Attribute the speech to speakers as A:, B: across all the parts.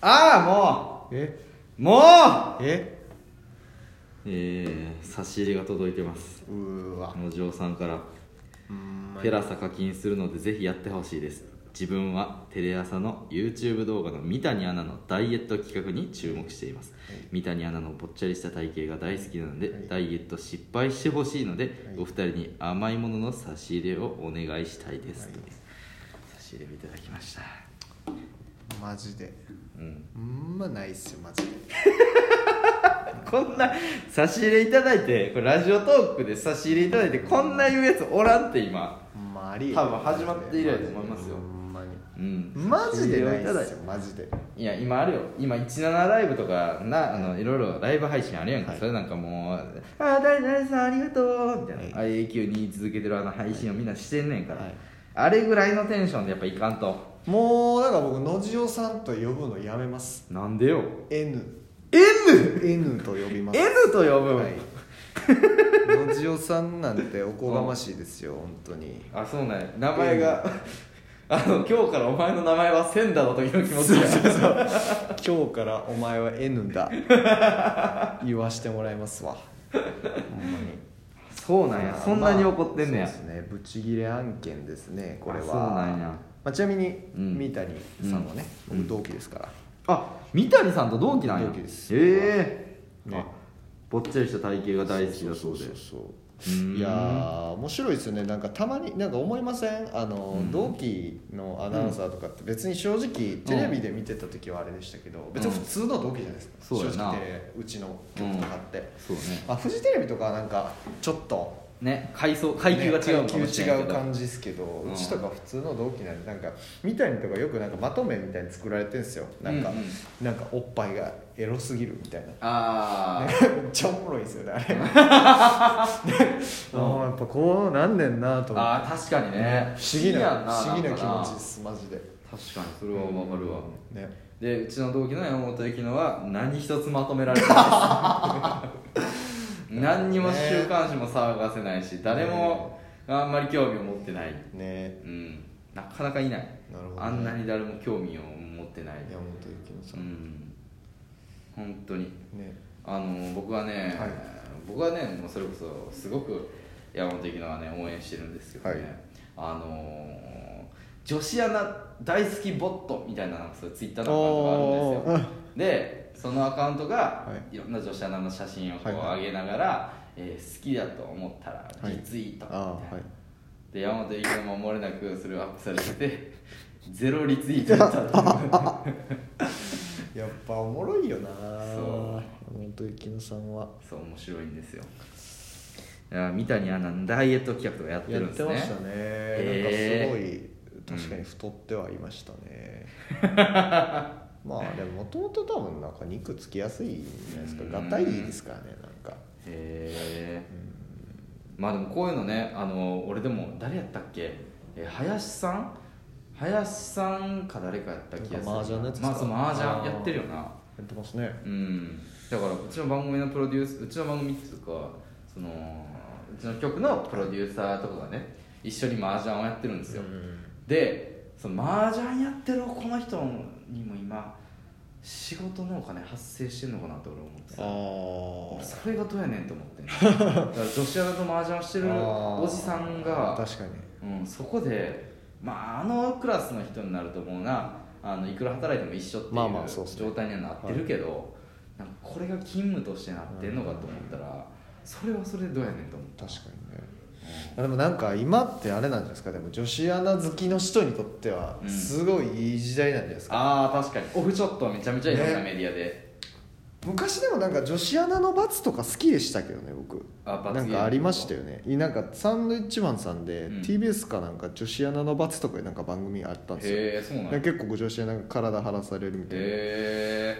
A: ああも
B: え
A: うも
B: え
C: えー、差し入れが届いてます
A: ううーわ
C: お嬢さんから
B: うん
C: ペラサ課金するのでぜひやってほしいです自分はテレ朝の YouTube 動画の三谷アナのダイエット企画に注目しています、三谷アナのぽっちゃりした体型が大好きなので、ダイエット失敗してほしいので、お二人に甘いものの差し入れをお願いしたいです、と差し入れをいただきました
B: マジで
C: うん
B: うんまないっすよマジで
C: こんな差し入れいただいてこれラジオトークで差し入れいただいてこんな言うやつおらんって今
B: ほんまありえ
C: 多分始まって以来だと思いますよ
B: ほんまに
C: うん
B: マジでない
C: 差し入
B: っ
C: れをただい
B: す
C: て
B: よマジで
C: いや今あるよ今17ライブとかなあのいろいろライブ配信あるやんか、
B: はい
C: それなんかもう「ああ誰々さんありがとう」みたいな、IAQ に続けてるあの配信をみんなしてんねんから、
B: はい
C: あれぐらいのテンションでやっぱいかんと
B: もうだから僕野次おさんと呼ぶのやめます
C: なんでよ
B: N
C: N!N
B: N と呼びます
C: と呼ぶ、
B: はい野次おさんなんておこがましいですよ本当に
C: あそうなんや名前が あの今日からお前の名前は千だの時の気持ちや
B: 今日からお前は N だ 言わしてもらいますわほんまに
C: そうなんや
B: まあ
C: そんなに怒ってんねや、
B: まあそうですねブチギレ案件ですねこれは
C: あそうなんや
B: まあ、ちなみに
C: うん
B: 三谷さんはね、
C: うん
B: 僕同期ですから、
C: あ三谷さんと同期なんや
B: 同期です
C: ええ
B: ね
C: ぽっちゃりした体型が大好きだそうで
B: そうそう
C: うーん
B: いやー面白いですよねなんかたまになんか思いませんあの、同期のアナウンサーとかって別に正直テレビで見てた時はあれでしたけど、別に普通の同期じゃないですか、
C: そうやな
B: 正直テレうちの局とかって、
C: そうね
B: まあ、フジテレビとかはなんかちょっと
C: ね階層階級が違うのかもしれない
B: ね
C: け
B: 階級違う
C: ど、
B: 感じですけど、
C: う
B: うんちとか普通の同期なんでなんか三谷とかよくなんかまとめみたいに作られてるんですよなんか、
C: うんう
B: なんかおっぱいがエロすぎるみたいな
C: あ
B: なん
C: あ
B: か めっちゃおもろいんですよねあ れ ああやっぱこうなんねんなと思っ
C: あ
B: て
C: ー確かにね
B: 不思議
C: や
B: なん不思議な気
C: んか
B: 持ちですマジで
C: 確かにそれはわかるわ、
B: ね
C: でうちの同期の山本由紀乃は何一つまとめられて ないです何にも週刊誌も騒がせないし誰もあんまり興味を持ってない
B: ね
C: うんなかなかいない
B: なるほどね
C: あんなに誰も興味を持ってない
B: 山本幸乃さ、
C: うんん本当に
B: ね
C: あの僕はね、
B: はい
C: 僕はねもうそれこそすごく山本由紀乃はね応援してるんですけどね、
B: はい
C: あのー女子アナ大好きボットみたいななんかそういうツイッターのアカウントがあるんですよでそのアカウントが
B: はい
C: ろんな女子アナの写真をこう
B: はいはい
C: 上げながら、えー好きだと思ったら
B: はい
C: リツイートみたいな、
B: ああはい
C: で山本由紀乃も漏れなくそれをアップされてて ゼロリツイートだったっていう
B: やっぱおもろいよな
C: そう
B: 山本幸乃さんは
C: そう面白いんですよいや三谷アナのダイエット企画とかやって
B: や
C: る
B: っ
C: んで
B: て
C: すね
B: ましたね、
C: え
B: なんかすごい確かに太ってはいました ね、まあでももともと多分なんか肉つきやすいんじゃないです
C: うん
B: かがたいですからねなんか
C: へえまあでもこういうのねあの俺でも誰やったっけえ林さん林さんか誰かやった気がする
B: なんか麻雀のやつですか
C: まあそう麻
B: あ
C: 雀
B: ー
C: やってるよな
B: やってますね
C: うんだからうちの番組のプロデュースうちの番組っていうかそのうちの局のプロデューサーとかがね一緒に麻雀をやってるんですよ、でその麻雀やってるこの人にも今仕事のお金発生してんのかなって俺思って
B: あ
C: さ
B: あ
C: それがどうやねんと思ってん だから女子アナと麻雀してるおじさんが、
B: 確かに
C: うん、そこでまああのクラスの人になると思うなあのいくら働いても一緒っていう
B: まあまあそうっすね
C: 状態にはなってるけど、なんかこれが勤務としてなってんのかと思ったら、それはそれでどうやねんと思った
B: 確かにねでもなんか今ってあれなんじゃないですかでも女子アナ好きの人にとっては
C: うん
B: すごいいい時代なんじゃないですか、
C: ああ確かにオフショットめちゃめちゃいろんなメディアで、
B: 昔でもなんか女子アナの罰とか好きでしたけどね僕
C: あ罰ゲーム
B: なんかありましたよねいなんかサンドイッチマンさんで、
C: うん
B: TBS かなんか女子アナの罰とかでなんか番組あったんですよ
C: へえそうなん
B: な
C: や
B: んか結構女子アナが体張らされるみたいな、
C: へ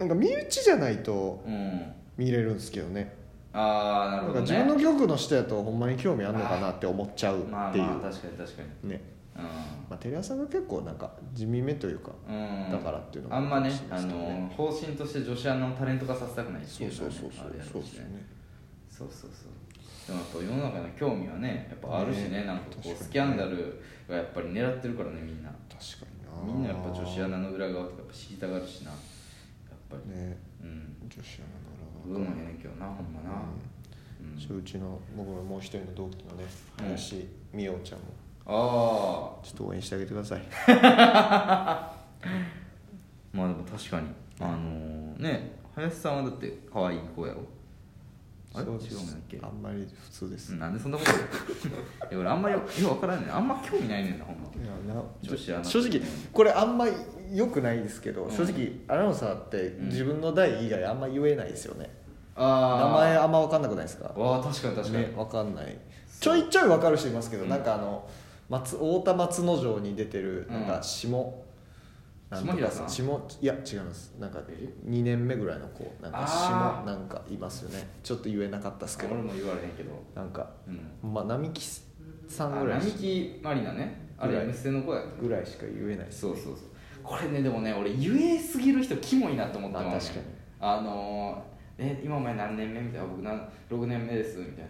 B: なんか身内じゃないと
C: えうん
B: 見れるんですけどね
C: ああな
B: な
C: る
B: ん
C: ほ
B: か
C: ど
B: 自
C: ね
B: 分の局の人やとほんまに興味あんのかなって思っちゃう
C: まあ
B: っていう、
C: まあ確かに確かに
B: ね
C: う
B: まあ、テレ朝が結構なんか地味めというか、
C: ん、うん、
B: だからっていうのも
C: あんまね
B: かもしれな
C: あ
B: いですけどね
C: の方針として女子アナのタレント化させたくないって
B: そ
C: いううの
B: そ
C: は
B: う
C: ね
B: そうそう
C: あれや
B: そ
C: ろ
B: う
C: う
B: で
C: し
B: す
C: ね
B: ね
C: そうそうそうでもやっぱ世の中の興味はねやっぱあるしね
B: ね
C: なんかこ
B: 確かに
C: う
B: ね
C: スキャンダルがやっぱり狙ってるからねみんな
B: 確かにな
C: みんなやっぱ女子アナの裏側とかやっぱ知りたがるしなやっぱり、
B: ね
C: うん
B: 女子ア
C: どう
B: ナの
C: な
B: 裏
C: んやねんけどなほんまな、うん
B: そううちの僕のもう一人の同期のね
C: うん
B: 林美桜ちゃんも
C: あ
B: ちょっと応援してあげてください
C: あまあでも確かにあのー、ね林さんはだって可愛い子やろあれ
B: そうで
C: 違
B: す
C: うんだっけ
B: あんまり普通です、
C: うんなんでそんなこと言う いや俺あんまよよう分からんねんあんま興味ないねんなほんま
B: いやな
C: 女子アナ
B: 正直これあんま良くないですけど、
C: うん
B: 正直アナウンサーって
C: ん
B: 自分の代以外あんま言えないですよね、名
C: あ
B: 前あんま分かんなくないですか
C: わあ確かに確かに、
B: ね、分かんないちょいちょい分かる人いますけど、なんかあの松太田松之丞に出てるなん
C: う
B: か
C: ん
B: 下、なんと
C: 下
B: か
C: 平さん
B: 下いや違いますなんか
C: え
B: 2年目ぐらいの子なんか
C: あ
B: 下なんかいますよねちょっと言えなかったですけど
C: 俺も言われへんけど
B: なんか
C: うん
B: まあ並木さんぐら
C: あ
B: い
C: 並木まりなねあ
B: ぐ
C: れ
B: らい
C: M ステの子や
B: ぐらいしか言えないです
C: そうそうそうこれねでもね俺言えすぎる人キモいなと思ったの、
B: まあ確かに
C: あのーえ今お前何年目みたいな僕なん6年目ですみたいな6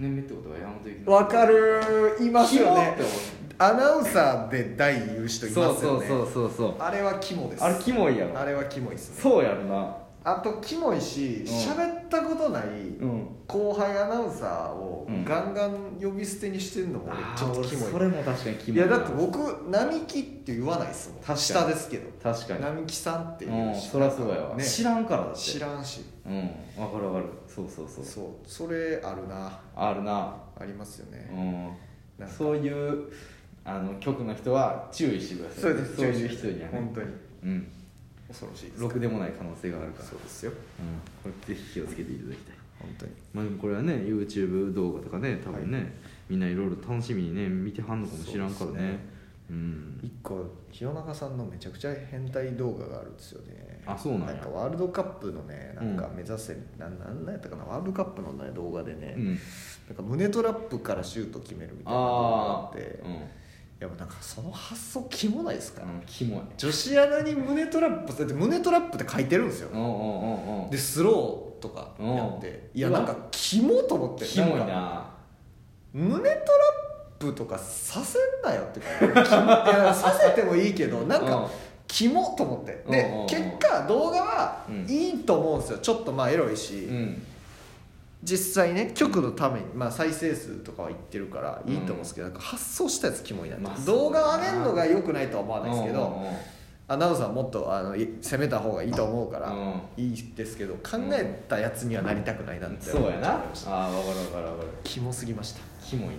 C: 年目ってことは山本由紀
B: わかるいますよね
C: キモって思
B: アナウンサーで代言う人いますよ
C: そう
B: ね
C: そうそうそうそう
B: あれはキモです
C: あれキモいやろ
B: あれはキモいですね
C: そうやろな
B: あとキモいし
C: ん
B: 喋、ったことない
C: ん
B: 後輩アナウンサーを
C: うん
B: ガンガン呼び捨てにしてるのも俺ちょっとキ
C: あーそ
B: モい、
C: れも確かにキモ
B: い
C: い
B: や
C: な
B: だって僕並木って言わないですもん
C: 確かに
B: 下ですけど
C: 確かに
B: 並木さんって
C: う
B: いうんし
C: そりゃそうやわ、
B: ね、
C: 知らんからだって
B: 知らんし
C: うんわかるわかるそうそうそう
B: そうそれあるな
C: あるな
B: ありますよね、
C: う
B: なん
C: ん、
B: か
C: そういうあの局の人は注意してください
B: そうです
C: そういう人には
B: 本
C: ね
B: 当に
C: うん
B: 恐ろしいです
C: ろくでもない可能性があるから
B: そうですよ
C: うん、これぜひ気をつけていただきたい
B: 本当に
C: まあでもこれはね YouTube 動画とかね多分ね、みんないろいろ楽しみにね見てはんのかもしらんからね
B: そうですね
C: うん
B: 一個清中さんのめちゃくちゃ変態動画があるんですよね
C: あそうなんや
B: かワールドカップのねなんか
C: うん
B: 目指せ、なん、なんなんやったかなワールドカップの、ね、動画でね、
C: うん
B: なんか胸トラップからシュート決めるみたいな動
C: あ
B: 画があっ
C: あ
B: て
C: ー
B: いやもうなんかその発想キモないですか、
C: うんあのキモい
B: 女子アナに胸トラップだって胸トラップって書いてるんですよ、
C: うんうんうんうん
B: でスローとかやって、
C: うん
B: いやなんかキモと思って
C: キモい
B: んか
C: な
B: 胸トラップとかさせんなよっていうかいやさせてもいいけどなん
C: うん
B: かキモと思って
C: うんうんう
B: で
C: ん
B: 結果動画は
C: うん
B: いいと思うんですよちょっとまあエロいうし、
C: ん
B: 実際ね局のために、まあ、再生数とかはいってるからいいと思うんですけど、なんか発想したやつキモいなって、
C: まあ
B: 動画上げるのが良くないとは思わないですけど、
C: うんうんうん
B: アナウンサーはもっとあのい攻めた方がいいと思うから、
C: うん
B: いいですけど考えたやつにはなりたくないなって
C: そうやなあ
B: 思いました
C: あ分かる分かる分かる
B: キモすぎました
C: キモいな
B: はい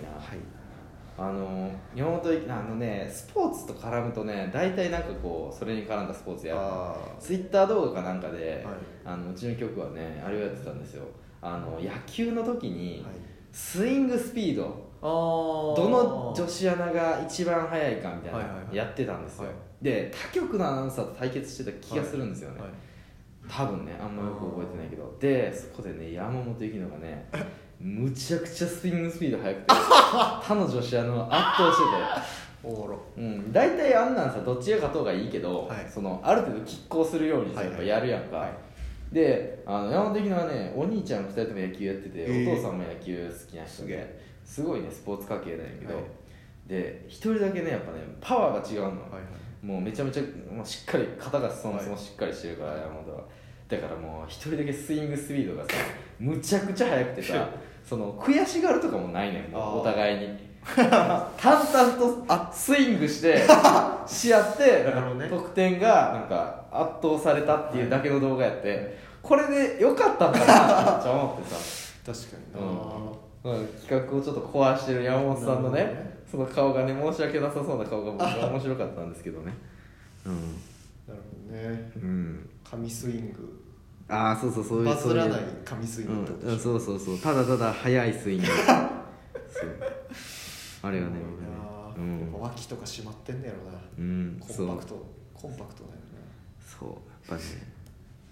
C: あの山本由紀あのねスポーツと絡むとね大体なんかこうそれに絡んだスポーツやる
B: あー
C: ツイッター動画かなんかで、
B: はい
C: あのうちの局はねあれをやってたんですよあの野球の時に、
B: はい
C: スイングスピード
B: あど
C: どの女子アナが一番速いかみたいな、
B: はいはいはい
C: やってたんですよ、
B: はい
C: で他局のアナウンサーと対決してた気がするんですよね、
B: はい
C: 多分ねあんまよく覚えてないけどでそこでね山本由紀乃が ねむちゃくちゃスイングスピード速くて他の女子アナを圧倒してて
B: おもろ
C: うん、大体あんなんさどっちが勝とうがいいけど、
B: はい
C: そのある程度拮抗するようにさ
B: はい
C: や
B: は
C: っ
B: い
C: ぱやるやんか、
B: はい
C: であの山本的なねお兄ちゃん2人とも野球やってて、
B: ええ
C: お父さんも野球好きな人
B: すげ
C: で
B: え
C: すごいねスポーツ家系なんやけど、
B: はい
C: で1人だけねやっぱねパワーが違うの、
B: はいはい
C: もうめちゃめちゃもうしっかり肩がそもそも
B: は
C: しっかりしてるから、山本はだからもう1人だけスイングスピードがさむちゃくちゃ速くてさその悔しがるとかもないねんもう
B: あー
C: お互い に淡々とあスイングしてし合って
B: なるほどね
C: 得点がなんか圧倒されたっていうだけの動画やって、これで良かったんだなってめっちゃ思ってさ、
B: 確かにな、
C: うんうん、企画をちょっと壊してる山本さんのね
B: なるほどね
C: その顔がね申し訳なさそうな顔が僕は面白かったんですけどね
B: なるほどね
C: うん、うん、
B: 神スイング
C: ああそうそうそういう
B: バズらな
C: そ
B: い
C: ういう
B: 神スイン
C: うん
B: グってことでしょ、
C: そうそうそうただただ速いス イングそうあれはね
B: すごい
C: う
B: なやっ
C: ん
B: ぱ、脇とか締まってんねやろな、
C: うん、
B: コ
C: そう
B: ンパクトコンパクトだよ
C: そうやっぱね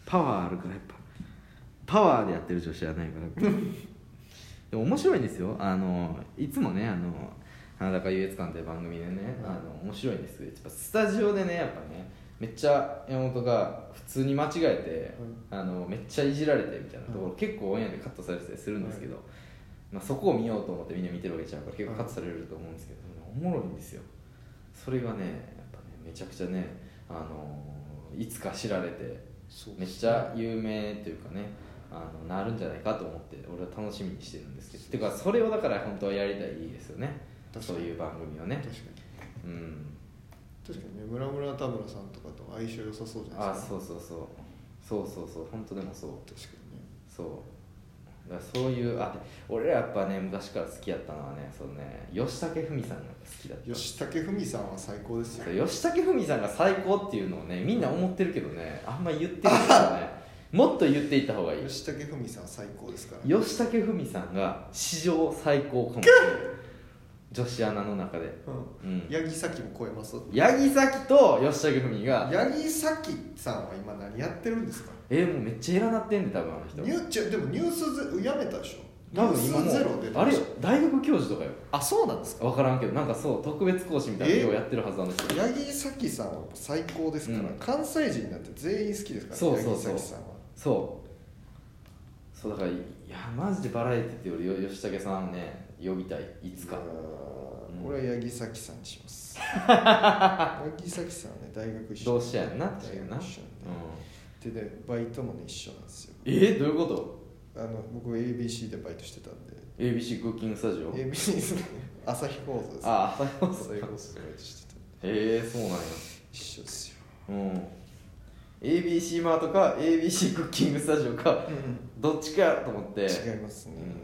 C: パワーあるからやっぱパワーでやってる女子はないからでも面白いんですよあのいつもねあの花高優越館って番組でねあの面白いんですけどやっぱスタジオでねやっぱねめっちゃ山本が普通に間違えて、あのめっちゃいじられてみたいなところ、結構オンエアでカットされてたりするんですけど、まあ、そこを見ようと思ってみんな見てるわけちゃうから結構カットされると思うんですけど、おもろいんですよそれがねやっぱねめちゃくちゃね、あのーいつか知られて
B: そう
C: めっちゃ有名というかねあのなるんじゃないかと思って俺は楽しみにしてるんですけどていうかそれをだから本当はやりたいですよね
B: 確か
C: そう
B: に
C: いう番組をね
B: 確かに
C: うん
B: 確かにね村村田村さんとかと相性良さそうじゃない
C: あ
B: ですか
C: そうそうそうそうそうそう本当でもそう
B: 確かにね
C: そうだからそういうあで俺らやっぱね昔から好きやったのはねそのね吉武文さんが好きだった
B: 吉武文さんは最高ですよ
C: そう吉武文さんが最高っていうのをねみんな思ってるけどねあんま言ってないからねもっと言っていった方がいい
B: 吉武文さんは最高ですから
C: 吉武文さんが史上最高かもしれない女子アナの中で、う
B: うん
C: ん、
B: 八木咲も超えます
C: 八木崎と吉武文が
B: 八木咲さんは今何やってるんですか
C: えーもうめっちゃ偉なってんで多分あの人
B: ニューちょでもニュースゼやめたでしょ
C: 多分今
B: ニュースゼロ
C: も
B: 出て
C: う
B: る
C: あれよ大学教授とかよ
B: あそうなんですか
C: 分からんけどなんかそう特別講師みたいな
B: え
C: のをやってるはずなんですよ
B: 八木咲さんは最高ですから、
C: うん
B: 関西人なんて全員好きですから、
C: そうそう
B: 八
C: そう
B: 木咲さんは
C: そうそうだからいやマジでバラエティってより吉武さんね呼びたいいつか
B: うーん俺は八木咲さんにしま す八木咲さんはね大学一緒
C: 同志社やんな
B: 大
C: 違うな、う
B: 学
C: ん
B: 一緒なんで,、でねバイトもね一緒なんですよ
C: えー、どういうこと
B: あの僕 ABC でバイトしてたんで
C: ABC クッキングスタジオ
B: ABC ですね 朝日放送です
C: ああそう
B: 朝日放送でバイトしてたんで
C: へえそうなんや
B: 一緒ですよ
C: うん ABC マートか ABC クッキングスタジオかどっちかやと思って
B: 違いますね、
C: うん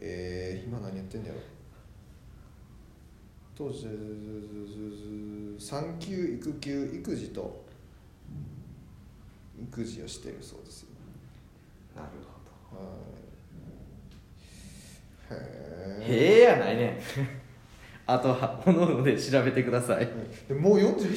B: えー、今何やってんだろ当時産休育休育児と育児をしているそうですよ
C: なるほ
B: はい
C: ど
B: へえ
C: へえやないねんあとはおのおので調べてください
B: でもう41歳